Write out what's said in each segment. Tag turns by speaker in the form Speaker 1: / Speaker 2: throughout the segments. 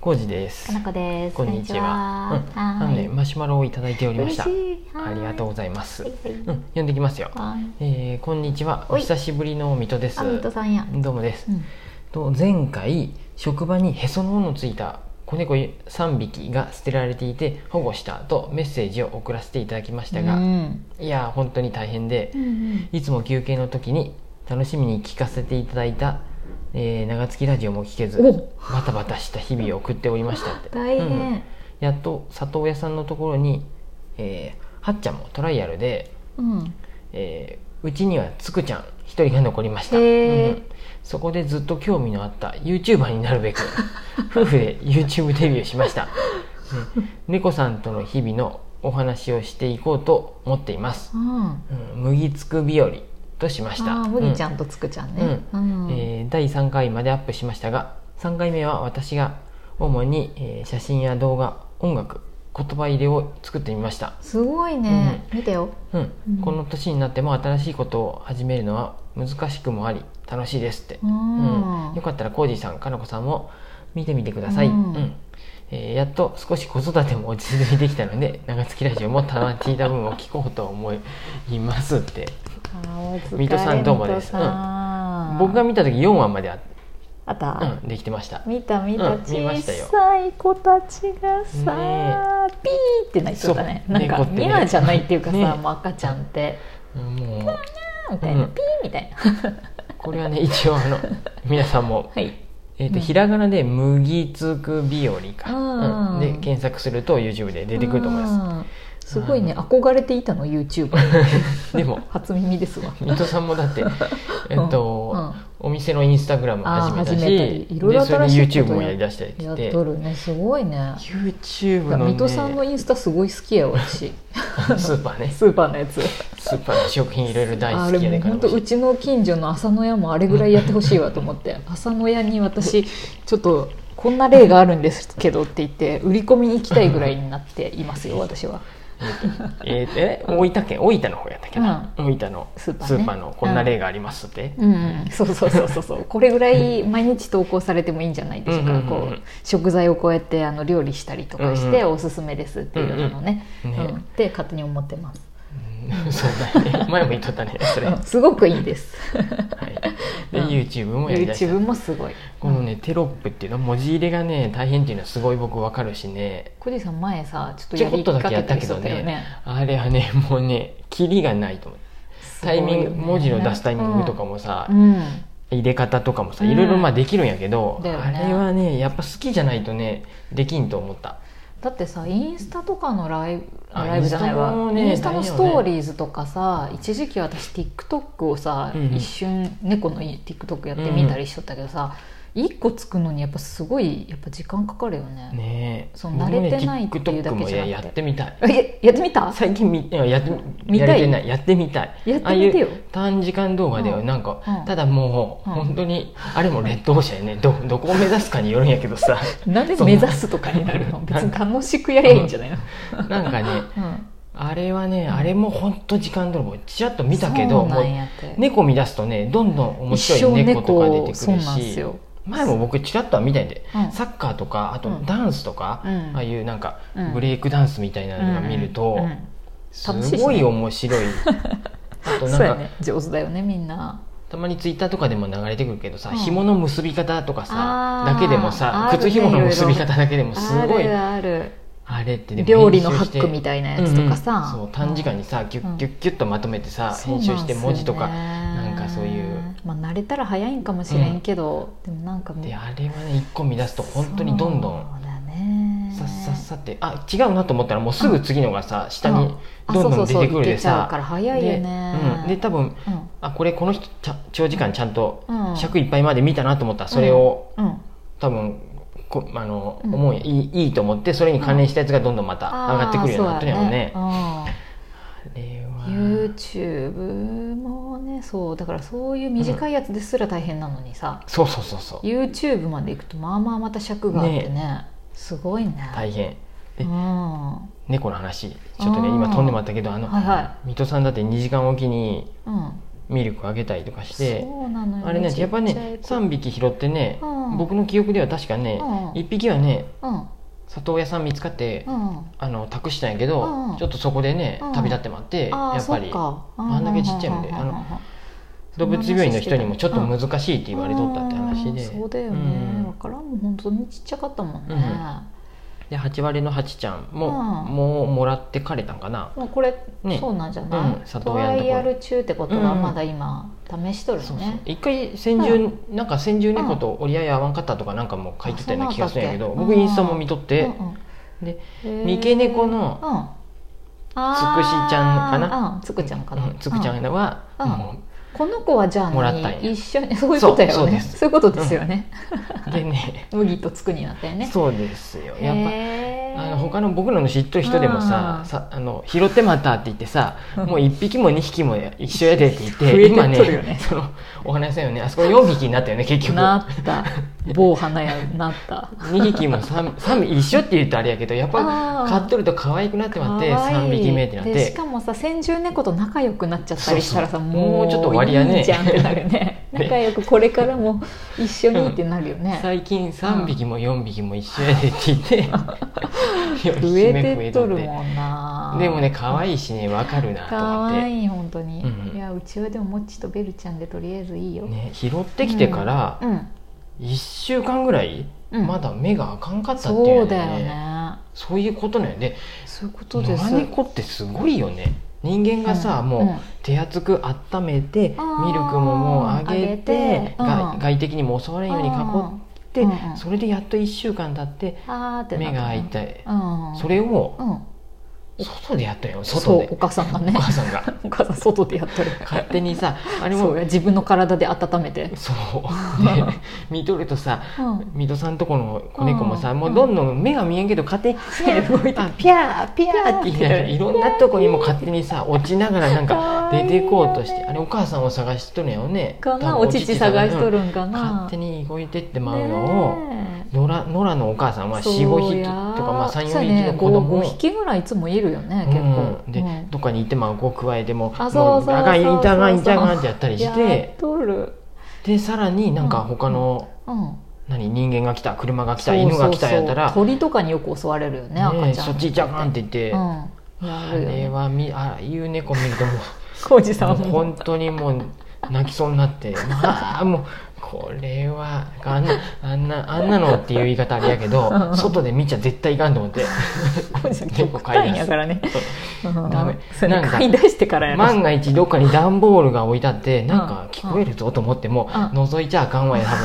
Speaker 1: コウジです
Speaker 2: かなこです。
Speaker 1: こんにちはうん、あ
Speaker 2: こ
Speaker 1: の
Speaker 2: んに
Speaker 1: ね
Speaker 2: ちは
Speaker 1: マシュマロをいただいておりました
Speaker 2: 嬉しいはい
Speaker 1: ありがとうございます、
Speaker 2: はいはい
Speaker 1: うん、読んできますよ、
Speaker 2: はい。
Speaker 1: えー、こんにちはお
Speaker 2: おい
Speaker 1: 久しぶりの水戸です
Speaker 2: あ、ミトさんや。
Speaker 1: どうもです、
Speaker 2: うん。
Speaker 1: と前回職場にへその緒のついた子猫3匹が捨てられていて保護したとメッセージを送らせていただきましたが、
Speaker 2: うん
Speaker 1: いやー本当に大変で
Speaker 2: うんうん。
Speaker 1: いつも休憩の時に楽しみに聞かせていただいた、えー長月ラジオも聞けず
Speaker 2: お
Speaker 1: バタバタした日々を送っておりましたって
Speaker 2: 大
Speaker 1: うん
Speaker 2: 変。
Speaker 1: やっと里親さんのところに、えーはっちゃんもトライアルで、
Speaker 2: うん。
Speaker 1: えーうちにはつくちゃん一人が残りました、
Speaker 2: へー
Speaker 1: うんそこでずっと興味のあった YouTuber になるべ く夫婦で YouTube デビューしました、ね猫さんとの日々のお話をしていこうと思っています、
Speaker 2: うん。
Speaker 1: うん、麦つく日和としました
Speaker 2: あー、むぎちゃんとつくちゃんね。う
Speaker 1: うん
Speaker 2: ん。
Speaker 1: えー第3回までアップしましたが3回目は私が主に、えー写真や動画音楽言葉入れを作ってみました、
Speaker 2: すごいね。見てよ。
Speaker 1: うん
Speaker 2: うん
Speaker 1: この年になっても新しいことを始めるのは難しくもあり楽しいですって
Speaker 2: う、ん。
Speaker 1: よかったらコージーさんかなこさんも見てみてください、
Speaker 2: うん
Speaker 1: うんえーやっと少し子育ても落ち着いてきたので 長月ラジオもたまっていた分を聞こうと思いますって
Speaker 2: あー
Speaker 1: ミトさんどうもです
Speaker 2: お疲れミトさん
Speaker 1: 僕が見た時4話まであ、
Speaker 2: あった。
Speaker 1: うん、できてました
Speaker 2: 見た見た、
Speaker 1: うん見ま
Speaker 2: 小
Speaker 1: したよ
Speaker 2: さい子たちがさ、
Speaker 1: ね
Speaker 2: ピーって泣いてたね
Speaker 1: そう
Speaker 2: なんか
Speaker 1: 猫ってね
Speaker 2: ニャーじゃないっていうかさ、
Speaker 1: ね
Speaker 2: もう赤ちゃんって
Speaker 1: うんもう
Speaker 2: ニャーみたいな、
Speaker 1: うん
Speaker 2: ピーみたいな
Speaker 1: これはね 一応あの皆さんも、
Speaker 2: はい
Speaker 1: えーと
Speaker 2: うん
Speaker 1: ひらがなで「麦つく日和か」
Speaker 2: うん
Speaker 1: うんで検索すると YouTube で出てくると思いま
Speaker 2: ますすごいね
Speaker 1: うん
Speaker 2: 憧れていたの YouTuber
Speaker 1: すでも
Speaker 2: 初耳ですわ
Speaker 1: 水戸さんもだって えっと、
Speaker 2: うんうん
Speaker 1: お店のインスタグラム始めた
Speaker 2: あー
Speaker 1: し
Speaker 2: 始めたりいろいろ
Speaker 1: でそれで
Speaker 2: 新しい
Speaker 1: YouTube
Speaker 2: ことや
Speaker 1: もやりだしたりって
Speaker 2: や
Speaker 1: 言
Speaker 2: っ
Speaker 1: って
Speaker 2: とるねすごいね
Speaker 1: YouTube の,、ね、
Speaker 2: 水戸さんのインスタすごい好きや私
Speaker 1: スーパーね
Speaker 2: スーパーのやつ
Speaker 1: スーパーの食品いろいろ大
Speaker 2: あ
Speaker 1: 好
Speaker 2: れ
Speaker 1: きや
Speaker 2: も
Speaker 1: ね
Speaker 2: う
Speaker 1: から
Speaker 2: 本当うちの近所の朝の屋もあれぐらいやってほしいわと思って朝の屋に私ちょっとこんな例があるんですけどって言って売り込みに行きたいぐらいになっていますよ私は
Speaker 1: えーえ大分県大分の方やったっけな、大分の
Speaker 2: ス
Speaker 1: ス
Speaker 2: ー
Speaker 1: ー
Speaker 2: パ
Speaker 1: パ
Speaker 2: ーね
Speaker 1: ー,、のこんな例がありますって、
Speaker 2: うん、そうそうそうそうそうこれぐらい毎日投稿されてもいいんじゃないでしょ
Speaker 1: う
Speaker 2: う
Speaker 1: ん
Speaker 2: か
Speaker 1: うんうん
Speaker 2: こう食材をこうやってあの料理したりとかして
Speaker 1: うんう
Speaker 2: おすすめですっていうのをね,、う
Speaker 1: うんんうんね
Speaker 2: って勝手に思ってます、
Speaker 1: そうだね前も言っとったねそれ、
Speaker 2: うんすごくいいです
Speaker 1: はい、で、
Speaker 2: うん
Speaker 1: YouTube もやりだした
Speaker 2: YouTube もすごい
Speaker 1: このねテロップっていうの文字入れがね大変っていうのはすごい僕わかるしね
Speaker 2: 小路さん前さちょっと
Speaker 1: ち
Speaker 2: や
Speaker 1: ょこっ
Speaker 2: り
Speaker 1: と
Speaker 2: か
Speaker 1: だけや
Speaker 2: け
Speaker 1: った
Speaker 2: た
Speaker 1: け
Speaker 2: りそ
Speaker 1: ど
Speaker 2: うだ
Speaker 1: ね
Speaker 2: よね
Speaker 1: あれはねもうねキリがないと思うタイミング、文字の出すタイミングとか
Speaker 2: も、
Speaker 1: もさ、
Speaker 2: うん
Speaker 1: 入れ方とかもさ
Speaker 2: うん
Speaker 1: いろいろまあできるんやけど、
Speaker 2: だよね
Speaker 1: あれはねやっぱ好きじゃないとねできんと思った
Speaker 2: だってさインスタとかのライブ
Speaker 1: あ
Speaker 2: ライブじゃない
Speaker 1: インスタ
Speaker 2: わ
Speaker 1: も
Speaker 2: イ
Speaker 1: ね
Speaker 2: ンスタのストーリーズとかさ、一時期私 TikTok をさ、
Speaker 1: うんうん
Speaker 2: 一瞬猫の TikTok やってみたりしとったけどさ、一個つくのにやっぱすごいやっぱ時間かかるよね
Speaker 1: ねえ
Speaker 2: そう
Speaker 1: 僕もね
Speaker 2: 慣れてないっていうだけじゃな
Speaker 1: TikTok
Speaker 2: くて
Speaker 1: もややってみたい
Speaker 2: えやってみた
Speaker 1: 最近みいややって
Speaker 2: 見た
Speaker 1: や
Speaker 2: い
Speaker 1: れてないやってみたい
Speaker 2: やってみてよ
Speaker 1: ああいう短時間動画では
Speaker 2: うん
Speaker 1: なんか、
Speaker 2: うん
Speaker 1: ただもう、
Speaker 2: うん
Speaker 1: 本当にあれもレッドオーシャンやねどどこを目指すかによるんやけど さ
Speaker 2: なんで目指すとかになるの
Speaker 1: そう
Speaker 2: 別に楽しくやりゃいいんじゃないの、
Speaker 1: なんかね
Speaker 2: うん、
Speaker 1: あれはねあれも本当時間泥棒ちらっと見たけ
Speaker 2: そ
Speaker 1: ど
Speaker 2: うな
Speaker 1: もうん
Speaker 2: やって
Speaker 1: 猫見出すとねどんどん面
Speaker 2: 一
Speaker 1: 白
Speaker 2: 生
Speaker 1: い猫とか出て
Speaker 2: 猫
Speaker 1: くるし
Speaker 2: そうなんですよ
Speaker 1: 前も僕ちらっとは見たいんで、
Speaker 2: うん
Speaker 1: サッカーとかあと
Speaker 2: うん
Speaker 1: ダンスとか、
Speaker 2: うん
Speaker 1: ああいうなんか
Speaker 2: うん
Speaker 1: ブレイクダンスみたいなのが見ると、
Speaker 2: うんうん
Speaker 1: す
Speaker 2: 楽しいしね
Speaker 1: ごい面白 いあとなん
Speaker 2: そうや
Speaker 1: か、
Speaker 2: ね上手だよねみんな
Speaker 1: たまにツイッターとかでも流れてくるけどさ、
Speaker 2: うん
Speaker 1: 紐の結び方とか
Speaker 2: あ
Speaker 1: さ
Speaker 2: ー
Speaker 1: だけでもさ
Speaker 2: あるね
Speaker 1: 靴紐の結び方だけでもすごい
Speaker 2: ある
Speaker 1: あ
Speaker 2: ある
Speaker 1: れってでも
Speaker 2: 料理の
Speaker 1: 編
Speaker 2: ハ
Speaker 1: 集して
Speaker 2: ックみたいなやつとかさ、
Speaker 1: うんうんそう短時間にさギュッギュッギュッとまとめてさ、
Speaker 2: そ
Speaker 1: 編
Speaker 2: うなんすよ
Speaker 1: 集
Speaker 2: ね
Speaker 1: して文字とかなんかそういう
Speaker 2: まあ慣れたら早いんかもしれんけど、でもなんかもう
Speaker 1: であれはね一個見出すと本当にどんどん
Speaker 2: そうだね
Speaker 1: さっさっさってあ違うなと思ったらもうすぐ次のがさ下
Speaker 2: う
Speaker 1: にどんどん出てくるで
Speaker 2: あそうそうそういけちゃう
Speaker 1: さ
Speaker 2: から早いよ
Speaker 1: で
Speaker 2: ね
Speaker 1: うんで多分
Speaker 2: うん
Speaker 1: あこれこの人ちゃ長時間ちゃんと
Speaker 2: うん
Speaker 1: 尺いっぱいまで見たなと思ったらそれを
Speaker 2: うん
Speaker 1: 多分こあの、
Speaker 2: うん
Speaker 1: 思ういいいいと思ってそれに関連したやつがどんどんまた上がってくるようになってるよね。あ
Speaker 2: あー
Speaker 1: れは
Speaker 2: そうだねうん YouTube もねそうだからそういう短いやつですら大変なのにさ、
Speaker 1: そうそうそうそう
Speaker 2: YouTube まで行くとまあまあまた尺があってねすごいね、
Speaker 1: 大変
Speaker 2: う
Speaker 1: で
Speaker 2: んうん
Speaker 1: 猫の話ちょっとね
Speaker 2: あー
Speaker 1: 今飛んでもらったけどあの、
Speaker 2: はいは
Speaker 1: 水戸さんだって2時間おきに
Speaker 2: うん
Speaker 1: ミルクあげたりとかして
Speaker 2: そうなのよ
Speaker 1: あれねやっぱ
Speaker 2: ちちゃ
Speaker 1: ね
Speaker 2: い子
Speaker 1: 3匹拾ってね、
Speaker 2: うん
Speaker 1: 僕の記憶では確かね、
Speaker 2: うん
Speaker 1: 1匹はね
Speaker 2: うんうん
Speaker 1: 里親さん見つかって、あの託したんやけど、
Speaker 2: うん
Speaker 1: ちょっとそこでね、
Speaker 2: うん
Speaker 1: 旅立ってもらって
Speaker 2: あー
Speaker 1: やっぱり
Speaker 2: そか
Speaker 1: あんだけちっちゃいんで
Speaker 2: ううううう
Speaker 1: 動物病院の人にもちょっと難しいって言われとったって話で、
Speaker 2: うんそうだよね、
Speaker 1: うん
Speaker 2: 分からんもん本当にちっちゃかったもん
Speaker 1: う
Speaker 2: ね、
Speaker 1: んで8割のハチちゃんも、
Speaker 2: うん
Speaker 1: もうもらってかれたんかな、
Speaker 2: もうこれ、
Speaker 1: ね
Speaker 2: そうなんじゃない、
Speaker 1: うん里
Speaker 2: ト
Speaker 1: 親のところ
Speaker 2: ライアル中ってことは
Speaker 1: うん
Speaker 2: まだ今試しとるね、
Speaker 1: そうそう一回先住、
Speaker 2: う
Speaker 1: なんか先住猫と折り合い合わんかったとかなんかもう書いてたような気がするんやけど、
Speaker 2: あそうなんだ
Speaker 1: 僕
Speaker 2: っけ
Speaker 1: インスタも見とって、
Speaker 2: うん
Speaker 1: で
Speaker 2: うん
Speaker 1: 三毛猫の
Speaker 2: うんあー
Speaker 1: つくしちゃんかな
Speaker 2: うん、つくちゃんか
Speaker 1: う
Speaker 2: な、
Speaker 1: んつくちゃ
Speaker 2: うん
Speaker 1: は、
Speaker 2: うん
Speaker 1: も
Speaker 2: この子はじゃあ何
Speaker 1: もらったんや
Speaker 2: 一緒にそういうことだ
Speaker 1: そうそう
Speaker 2: よ
Speaker 1: で
Speaker 2: ね
Speaker 1: す
Speaker 2: そういうことですよね、
Speaker 1: うでね
Speaker 2: 麦とつくになったよね
Speaker 1: そうですよやっぱ
Speaker 2: へー
Speaker 1: あの他の僕らの知っとる人でもさ
Speaker 2: うん
Speaker 1: さあの拾ってまったって言ってさ
Speaker 2: う ん
Speaker 1: もう1匹も2匹も一緒やでって言っ
Speaker 2: 増
Speaker 1: て
Speaker 2: え
Speaker 1: 今
Speaker 2: てっとるよね
Speaker 1: ねそのお話したよねあそこ4匹になったよね結局
Speaker 2: なった某花屋なった
Speaker 1: 2匹も 3, 三 匹一緒って言うとあれやけどやっ
Speaker 2: あ
Speaker 1: ぱ
Speaker 2: ー
Speaker 1: 飼っとると可愛くなってまって
Speaker 2: 可愛い
Speaker 1: 3匹目ってなっ
Speaker 2: でしてかもさ先住猫と仲良くなっちゃったりしたら
Speaker 1: そ
Speaker 2: さ
Speaker 1: うそう
Speaker 2: も
Speaker 1: も
Speaker 2: う
Speaker 1: う
Speaker 2: ち
Speaker 1: ち
Speaker 2: ょ
Speaker 1: ょ
Speaker 2: っ
Speaker 1: っ
Speaker 2: と
Speaker 1: と
Speaker 2: 割
Speaker 1: 割
Speaker 2: 合
Speaker 1: 合
Speaker 2: ね
Speaker 1: ね
Speaker 2: いいじゃんってなるね
Speaker 1: ね
Speaker 2: 仲良くこれからも一緒にってなるよね
Speaker 1: 最近3匹も4匹も一緒やでって言って 四匹
Speaker 2: 増
Speaker 1: 目
Speaker 2: えてっとる
Speaker 1: 増えと
Speaker 2: もんな
Speaker 1: ってでもね可愛いしねわかるなと
Speaker 2: 可
Speaker 1: 思っ
Speaker 2: 愛い本当に、
Speaker 1: うんうん
Speaker 2: いやうちはでももっちとベルちゃんでとりあえずいいよ、
Speaker 1: て、ね、拾ってきてから
Speaker 2: うん
Speaker 1: 1週間ぐらい
Speaker 2: うん
Speaker 1: まだ目があかんかったってい
Speaker 2: そう
Speaker 1: うの
Speaker 2: だよ
Speaker 1: が
Speaker 2: ね
Speaker 1: そういうことなんで
Speaker 2: そういうこと
Speaker 1: 野
Speaker 2: です
Speaker 1: 良猫ってすごいよね人間がさ、
Speaker 2: うん
Speaker 1: もう、
Speaker 2: うん
Speaker 1: 手厚く温めてミルク
Speaker 2: あー
Speaker 1: ももうあげ
Speaker 2: あげ
Speaker 1: て
Speaker 2: て
Speaker 1: が
Speaker 2: うん
Speaker 1: 外敵にも襲われんように囲って、
Speaker 2: うんうんうん
Speaker 1: それでやっと1週間経って
Speaker 2: あーってな
Speaker 1: 目
Speaker 2: った
Speaker 1: が
Speaker 2: ね
Speaker 1: 開いて、
Speaker 2: うん
Speaker 1: それを
Speaker 2: うん
Speaker 1: 外でやったよ
Speaker 2: そ
Speaker 1: 外
Speaker 2: う
Speaker 1: で
Speaker 2: お母さんが
Speaker 1: お
Speaker 2: ね
Speaker 1: 母さんが
Speaker 2: お母さん外でやってる
Speaker 1: 勝手に さあれ
Speaker 2: そ
Speaker 1: も
Speaker 2: うや自分の体で温めて、
Speaker 1: そうね見とるとさ
Speaker 2: うん
Speaker 1: 水戸さんとこの子猫もさ、
Speaker 2: うん
Speaker 1: もうどんどん目が見えんけど勝手に
Speaker 2: 手動いて
Speaker 1: あピャーピャーって言いながら
Speaker 2: ピャー
Speaker 1: いろんなとこにも勝手にさ落ちながらなん
Speaker 2: か
Speaker 1: か
Speaker 2: わいい
Speaker 1: 出
Speaker 2: よね
Speaker 1: てこうとしてあれお母さんを探しとるんやろね多
Speaker 2: かな
Speaker 1: 分
Speaker 2: お乳探しとるんかな
Speaker 1: 勝手
Speaker 2: に
Speaker 1: に動いてってまうのを野良野良のお母さんは45匹とか、まあ、34匹の子供を、
Speaker 2: 5匹ぐらいいつもいるよね結
Speaker 1: うん、
Speaker 2: 構
Speaker 1: で、
Speaker 2: うん
Speaker 1: どっかにいてまう子加えても
Speaker 2: あそうそうそうそう
Speaker 1: も長いインターガンインターガンってやったりし
Speaker 2: やってとる、
Speaker 1: でさらになんか他の、
Speaker 2: うん、
Speaker 1: 何人間が来た車が来た犬が来たやったら
Speaker 2: そうそうそう鳥とかによく襲われるよね赤ちゃん
Speaker 1: ね
Speaker 2: とか
Speaker 1: そっち行っちゃあかんって言って、
Speaker 2: うん、やるよ
Speaker 1: あれ
Speaker 2: ね
Speaker 1: はみああいう猫見るともう
Speaker 2: 浩二さん
Speaker 1: もう
Speaker 2: も
Speaker 1: 本当にもう泣きそうになって まあもうこれはあんなあんなあんなのっていう言い方あれやけど外で見ちゃ絶対いかんと思 って
Speaker 2: 浩二さん
Speaker 1: 猫
Speaker 2: 極
Speaker 1: 飼い出す
Speaker 2: 端やからねうん
Speaker 1: ダメ
Speaker 2: それ
Speaker 1: なんか
Speaker 2: 飼い出してからや
Speaker 1: 万
Speaker 2: る
Speaker 1: が一どっかに段ボールが置いてあってなんか聞こえるぞと思っても
Speaker 2: うん
Speaker 1: 覗いちゃあかんわよ多分。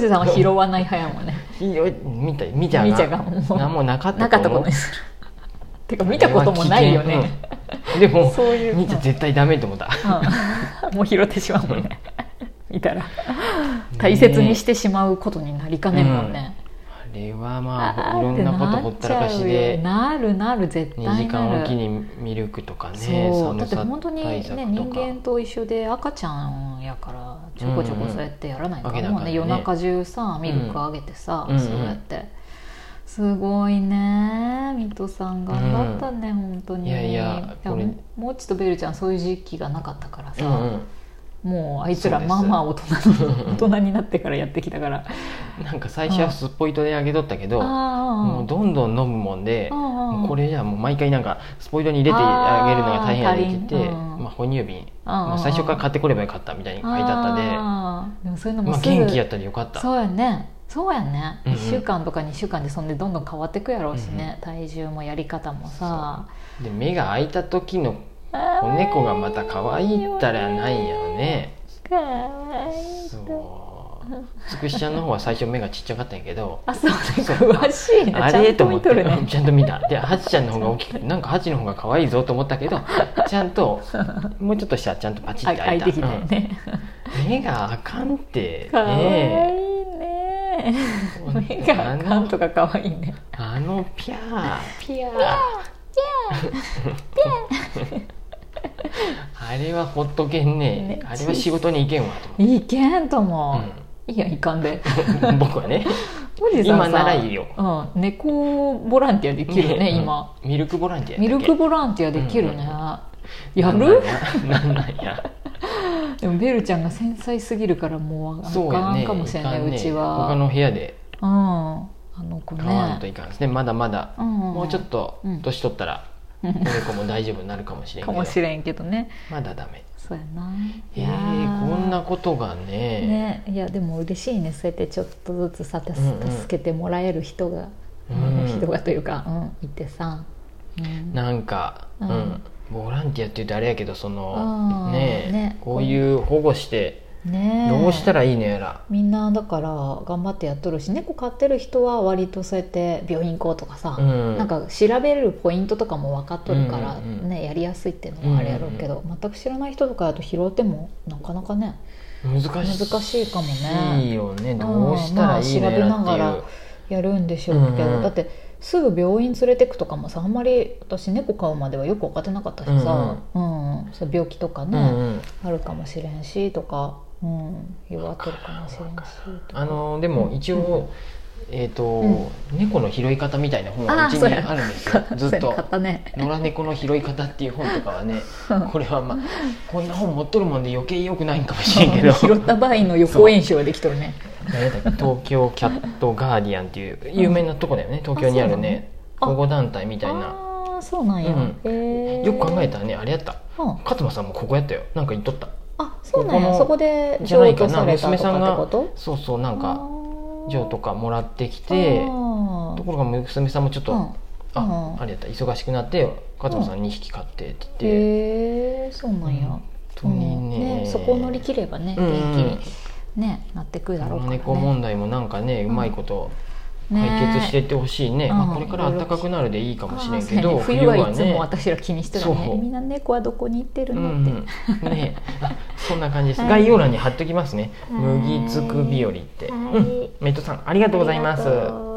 Speaker 2: 浩二さんは拾 わない派やもんね
Speaker 1: いや見た見ちゃ
Speaker 2: 見ちゃ
Speaker 1: う
Speaker 2: が
Speaker 1: が
Speaker 2: もう
Speaker 1: 何もなかった
Speaker 2: なかった
Speaker 1: と
Speaker 2: こ
Speaker 1: 思
Speaker 2: と
Speaker 1: う
Speaker 2: に するてか見たこともないよね、
Speaker 1: うんでも
Speaker 2: そういう
Speaker 1: 見ちゃ絶対ダメと思った
Speaker 2: うんも う拾ってしまうもんね見たら大切にしてしまうことになりかねんもんね、
Speaker 1: あれは
Speaker 2: あ
Speaker 1: ま
Speaker 2: ー
Speaker 1: あいろんなこと
Speaker 2: って
Speaker 1: ほ
Speaker 2: な
Speaker 1: っ
Speaker 2: っち
Speaker 1: たら
Speaker 2: ゃうよ
Speaker 1: かしで
Speaker 2: なるなる絶対な
Speaker 1: 2
Speaker 2: る
Speaker 1: 時間おきにミルクとかね
Speaker 2: そう
Speaker 1: 寒
Speaker 2: だって
Speaker 1: さ
Speaker 2: 本当にね
Speaker 1: 対策と
Speaker 2: 人
Speaker 1: か
Speaker 2: 間と一緒で赤ちゃんやからちょこちょこそうやってやらないと
Speaker 1: うんうん
Speaker 2: 思うね,、
Speaker 1: あ
Speaker 2: 夜
Speaker 1: げなあか
Speaker 2: 中中さミルクあげてさ、
Speaker 1: うん
Speaker 2: そうやってすごいねミトさん頑張ったね、本当に
Speaker 1: いやいやこれ
Speaker 2: もっちとベルちゃんそういう時期がなかったからさ、
Speaker 1: うん
Speaker 2: もうあいつら
Speaker 1: そうです
Speaker 2: まあまあ大人に大人になってからやってきたから
Speaker 1: うん、なんか最初はすっぽいとであげとったけど、も
Speaker 2: あ
Speaker 1: うどんどん飲むもんで、もうこ
Speaker 2: れ
Speaker 1: れじゃもう毎回なんかスポイトに入れてあげるのが大変やでって言って、
Speaker 2: あー足りんうん
Speaker 1: まあ、哺乳瓶、まあ、最初から買ってこればよかったみたいに書いてあったで、
Speaker 2: でもそういうのも
Speaker 1: まあ、
Speaker 2: すぐ
Speaker 1: 元気やったらよかった
Speaker 2: そうやねそうやね、
Speaker 1: うんうん
Speaker 2: 1週間とか2週間でそんでどんどん変わってくやろうしね、体重もやり方もさ
Speaker 1: で目が開いた時の
Speaker 2: あ
Speaker 1: 子
Speaker 2: ー
Speaker 1: 猫がまた可愛いったらないやろね
Speaker 2: かわいい
Speaker 1: そうつくしちゃんの方は最初目がちっちゃかったんやけど
Speaker 2: あそうなんか詳しいな
Speaker 1: あ
Speaker 2: ちゃ
Speaker 1: れ
Speaker 2: ん
Speaker 1: と
Speaker 2: と
Speaker 1: 思っ
Speaker 2: 見
Speaker 1: て
Speaker 2: とる
Speaker 1: うん
Speaker 2: ね
Speaker 1: ちゃんと見たでハチちゃんの方が大き くてなんかハチの方が可愛いぞと思ったけどちゃんともうちょっとしたらちゃんとパチ
Speaker 2: あ
Speaker 1: って開
Speaker 2: 開
Speaker 1: い
Speaker 2: い
Speaker 1: た
Speaker 2: てきたよね、
Speaker 1: うん目があかんって
Speaker 2: かわいい
Speaker 1: ね
Speaker 2: ね
Speaker 1: ほんと
Speaker 2: 目があかんとかかわいいね
Speaker 1: あのピャー
Speaker 2: ピア
Speaker 1: あれはほっとけんね
Speaker 2: ね
Speaker 1: あれは仕事に行けんわと
Speaker 2: いけんとも
Speaker 1: 思、
Speaker 2: いやいかんで
Speaker 1: う、 僕はね
Speaker 2: おじさん
Speaker 1: 今
Speaker 2: さ
Speaker 1: ならいいよ
Speaker 2: うん、猫ボランティアできるね
Speaker 1: うん
Speaker 2: 今
Speaker 1: ミルクボランティア
Speaker 2: ミ
Speaker 1: や
Speaker 2: ル
Speaker 1: った
Speaker 2: ク
Speaker 1: っ
Speaker 2: ボランティアできるね、
Speaker 1: うん
Speaker 2: や
Speaker 1: け
Speaker 2: る
Speaker 1: なんなんやなんなんや
Speaker 2: でもベルちゃんが繊細すぎるからもうあ
Speaker 1: そうや
Speaker 2: かん
Speaker 1: ね
Speaker 2: かもしれない
Speaker 1: かんね
Speaker 2: うちは
Speaker 1: 他の部屋で
Speaker 2: うんあの子
Speaker 1: 買わん
Speaker 2: ね
Speaker 1: といかんですねまだまだ、も
Speaker 2: も
Speaker 1: うちょっと
Speaker 2: うん
Speaker 1: 年取ったら、この子も大丈夫になるかもしれんけ
Speaker 2: か
Speaker 1: ど
Speaker 2: もしれんけどね
Speaker 1: まだダメ
Speaker 2: そうやな
Speaker 1: え
Speaker 2: いや
Speaker 1: ー、
Speaker 2: ー
Speaker 1: こんなことがね
Speaker 2: ねいやでも嬉しいねそうやってちょっとずつさたす
Speaker 1: うんうん
Speaker 2: 助けてもらえる人が、
Speaker 1: うん
Speaker 2: 人がというか、うん、いてさ、うん
Speaker 1: なんか、う
Speaker 2: うんん
Speaker 1: ボランティアって言うとあれやけどその
Speaker 2: あー
Speaker 1: ねえ
Speaker 2: ね
Speaker 1: こういう保護して
Speaker 2: ねえ
Speaker 1: どうしたらいいのやら、
Speaker 2: みんなだから頑張ってやっとるし猫飼ってる人は割とそうやって病院行こうとかさ、
Speaker 1: うん、
Speaker 2: なんか調べるポイントとかも分かっとるから、
Speaker 1: うんうんうん
Speaker 2: ね、やりやすいっていうのはあれやろうけど、全く知らない人とかだと拾ってもなかなかね
Speaker 1: 難しい
Speaker 2: 難しいかも
Speaker 1: いい
Speaker 2: ね
Speaker 1: よねどうしたらいいのや
Speaker 2: まあ調べなが
Speaker 1: らっ
Speaker 2: らやるんでしょうけど、
Speaker 1: うんうん
Speaker 2: だってすぐ病院連れてくとかもさあんまり私猫飼うまではよく分かってなかったしさ、うんそう病気とか
Speaker 1: ていう、
Speaker 2: ね、
Speaker 1: うんうん、
Speaker 2: あるかもしれんしとか、うん、弱ってるかもしれんしとか
Speaker 1: あのでも一応、えっ、と、
Speaker 2: うん
Speaker 1: 猫の拾い方みたいな本
Speaker 2: あ
Speaker 1: は
Speaker 2: ー
Speaker 1: うち
Speaker 2: そう
Speaker 1: に
Speaker 2: や
Speaker 1: あるんですよずっ
Speaker 2: そう
Speaker 1: と
Speaker 2: や買ったね
Speaker 1: 野良猫の拾い方っていう本とかはね
Speaker 2: うん
Speaker 1: これはまあこんな本持っとるもんで余計良くないんかもしれんけ ど
Speaker 2: 拾った場合の予行演習はできとるね
Speaker 1: 何だっけ東京キャットガーディアンっていう有名なとこだよね東京にあるね
Speaker 2: あそうなのあ
Speaker 1: 保護団体みたいな
Speaker 2: ああーそうなんや、
Speaker 1: うん
Speaker 2: へー
Speaker 1: よく考えたらねあれやった
Speaker 2: うん
Speaker 1: 勝間さんもここやったよなんか言っとった
Speaker 2: あそうなんや
Speaker 1: ここの
Speaker 2: そこで
Speaker 1: じゃない
Speaker 2: 譲
Speaker 1: か
Speaker 2: 渡
Speaker 1: な
Speaker 2: された
Speaker 1: 娘
Speaker 2: と
Speaker 1: さん
Speaker 2: かって
Speaker 1: が
Speaker 2: こと
Speaker 1: そうそうなんか
Speaker 2: 上
Speaker 1: 譲渡かもらってきてところが娘さんもちょっと、あ
Speaker 2: うん
Speaker 1: あれやった忙しくなって勝間さん2匹飼ってって
Speaker 2: へ
Speaker 1: 言って
Speaker 2: えそうなんや、
Speaker 1: 本当にね,、
Speaker 2: うんそこを乗り切ればね
Speaker 1: うん
Speaker 2: 元
Speaker 1: う
Speaker 2: 気
Speaker 1: ん
Speaker 2: に、ねなってくるだろう
Speaker 1: 野良
Speaker 2: からね
Speaker 1: 猫問題もなんかねうまいこと
Speaker 2: ね
Speaker 1: 解決していってほしいね
Speaker 2: うん
Speaker 1: まあ、これから暖かくなるでいいかもしれんけ
Speaker 2: あ
Speaker 1: ど
Speaker 2: ーそうやね冬はいつも私ら気にしてたね
Speaker 1: そう
Speaker 2: みんな猫はどこに行ってる
Speaker 1: う
Speaker 2: の
Speaker 1: ん
Speaker 2: って、
Speaker 1: うん ねあそんな感じです、
Speaker 2: はい
Speaker 1: 概要欄に貼っときますね「
Speaker 2: はい
Speaker 1: 麦つく日和」って、
Speaker 2: はい
Speaker 1: うんメイトさんありがとうございます。
Speaker 2: ありがとう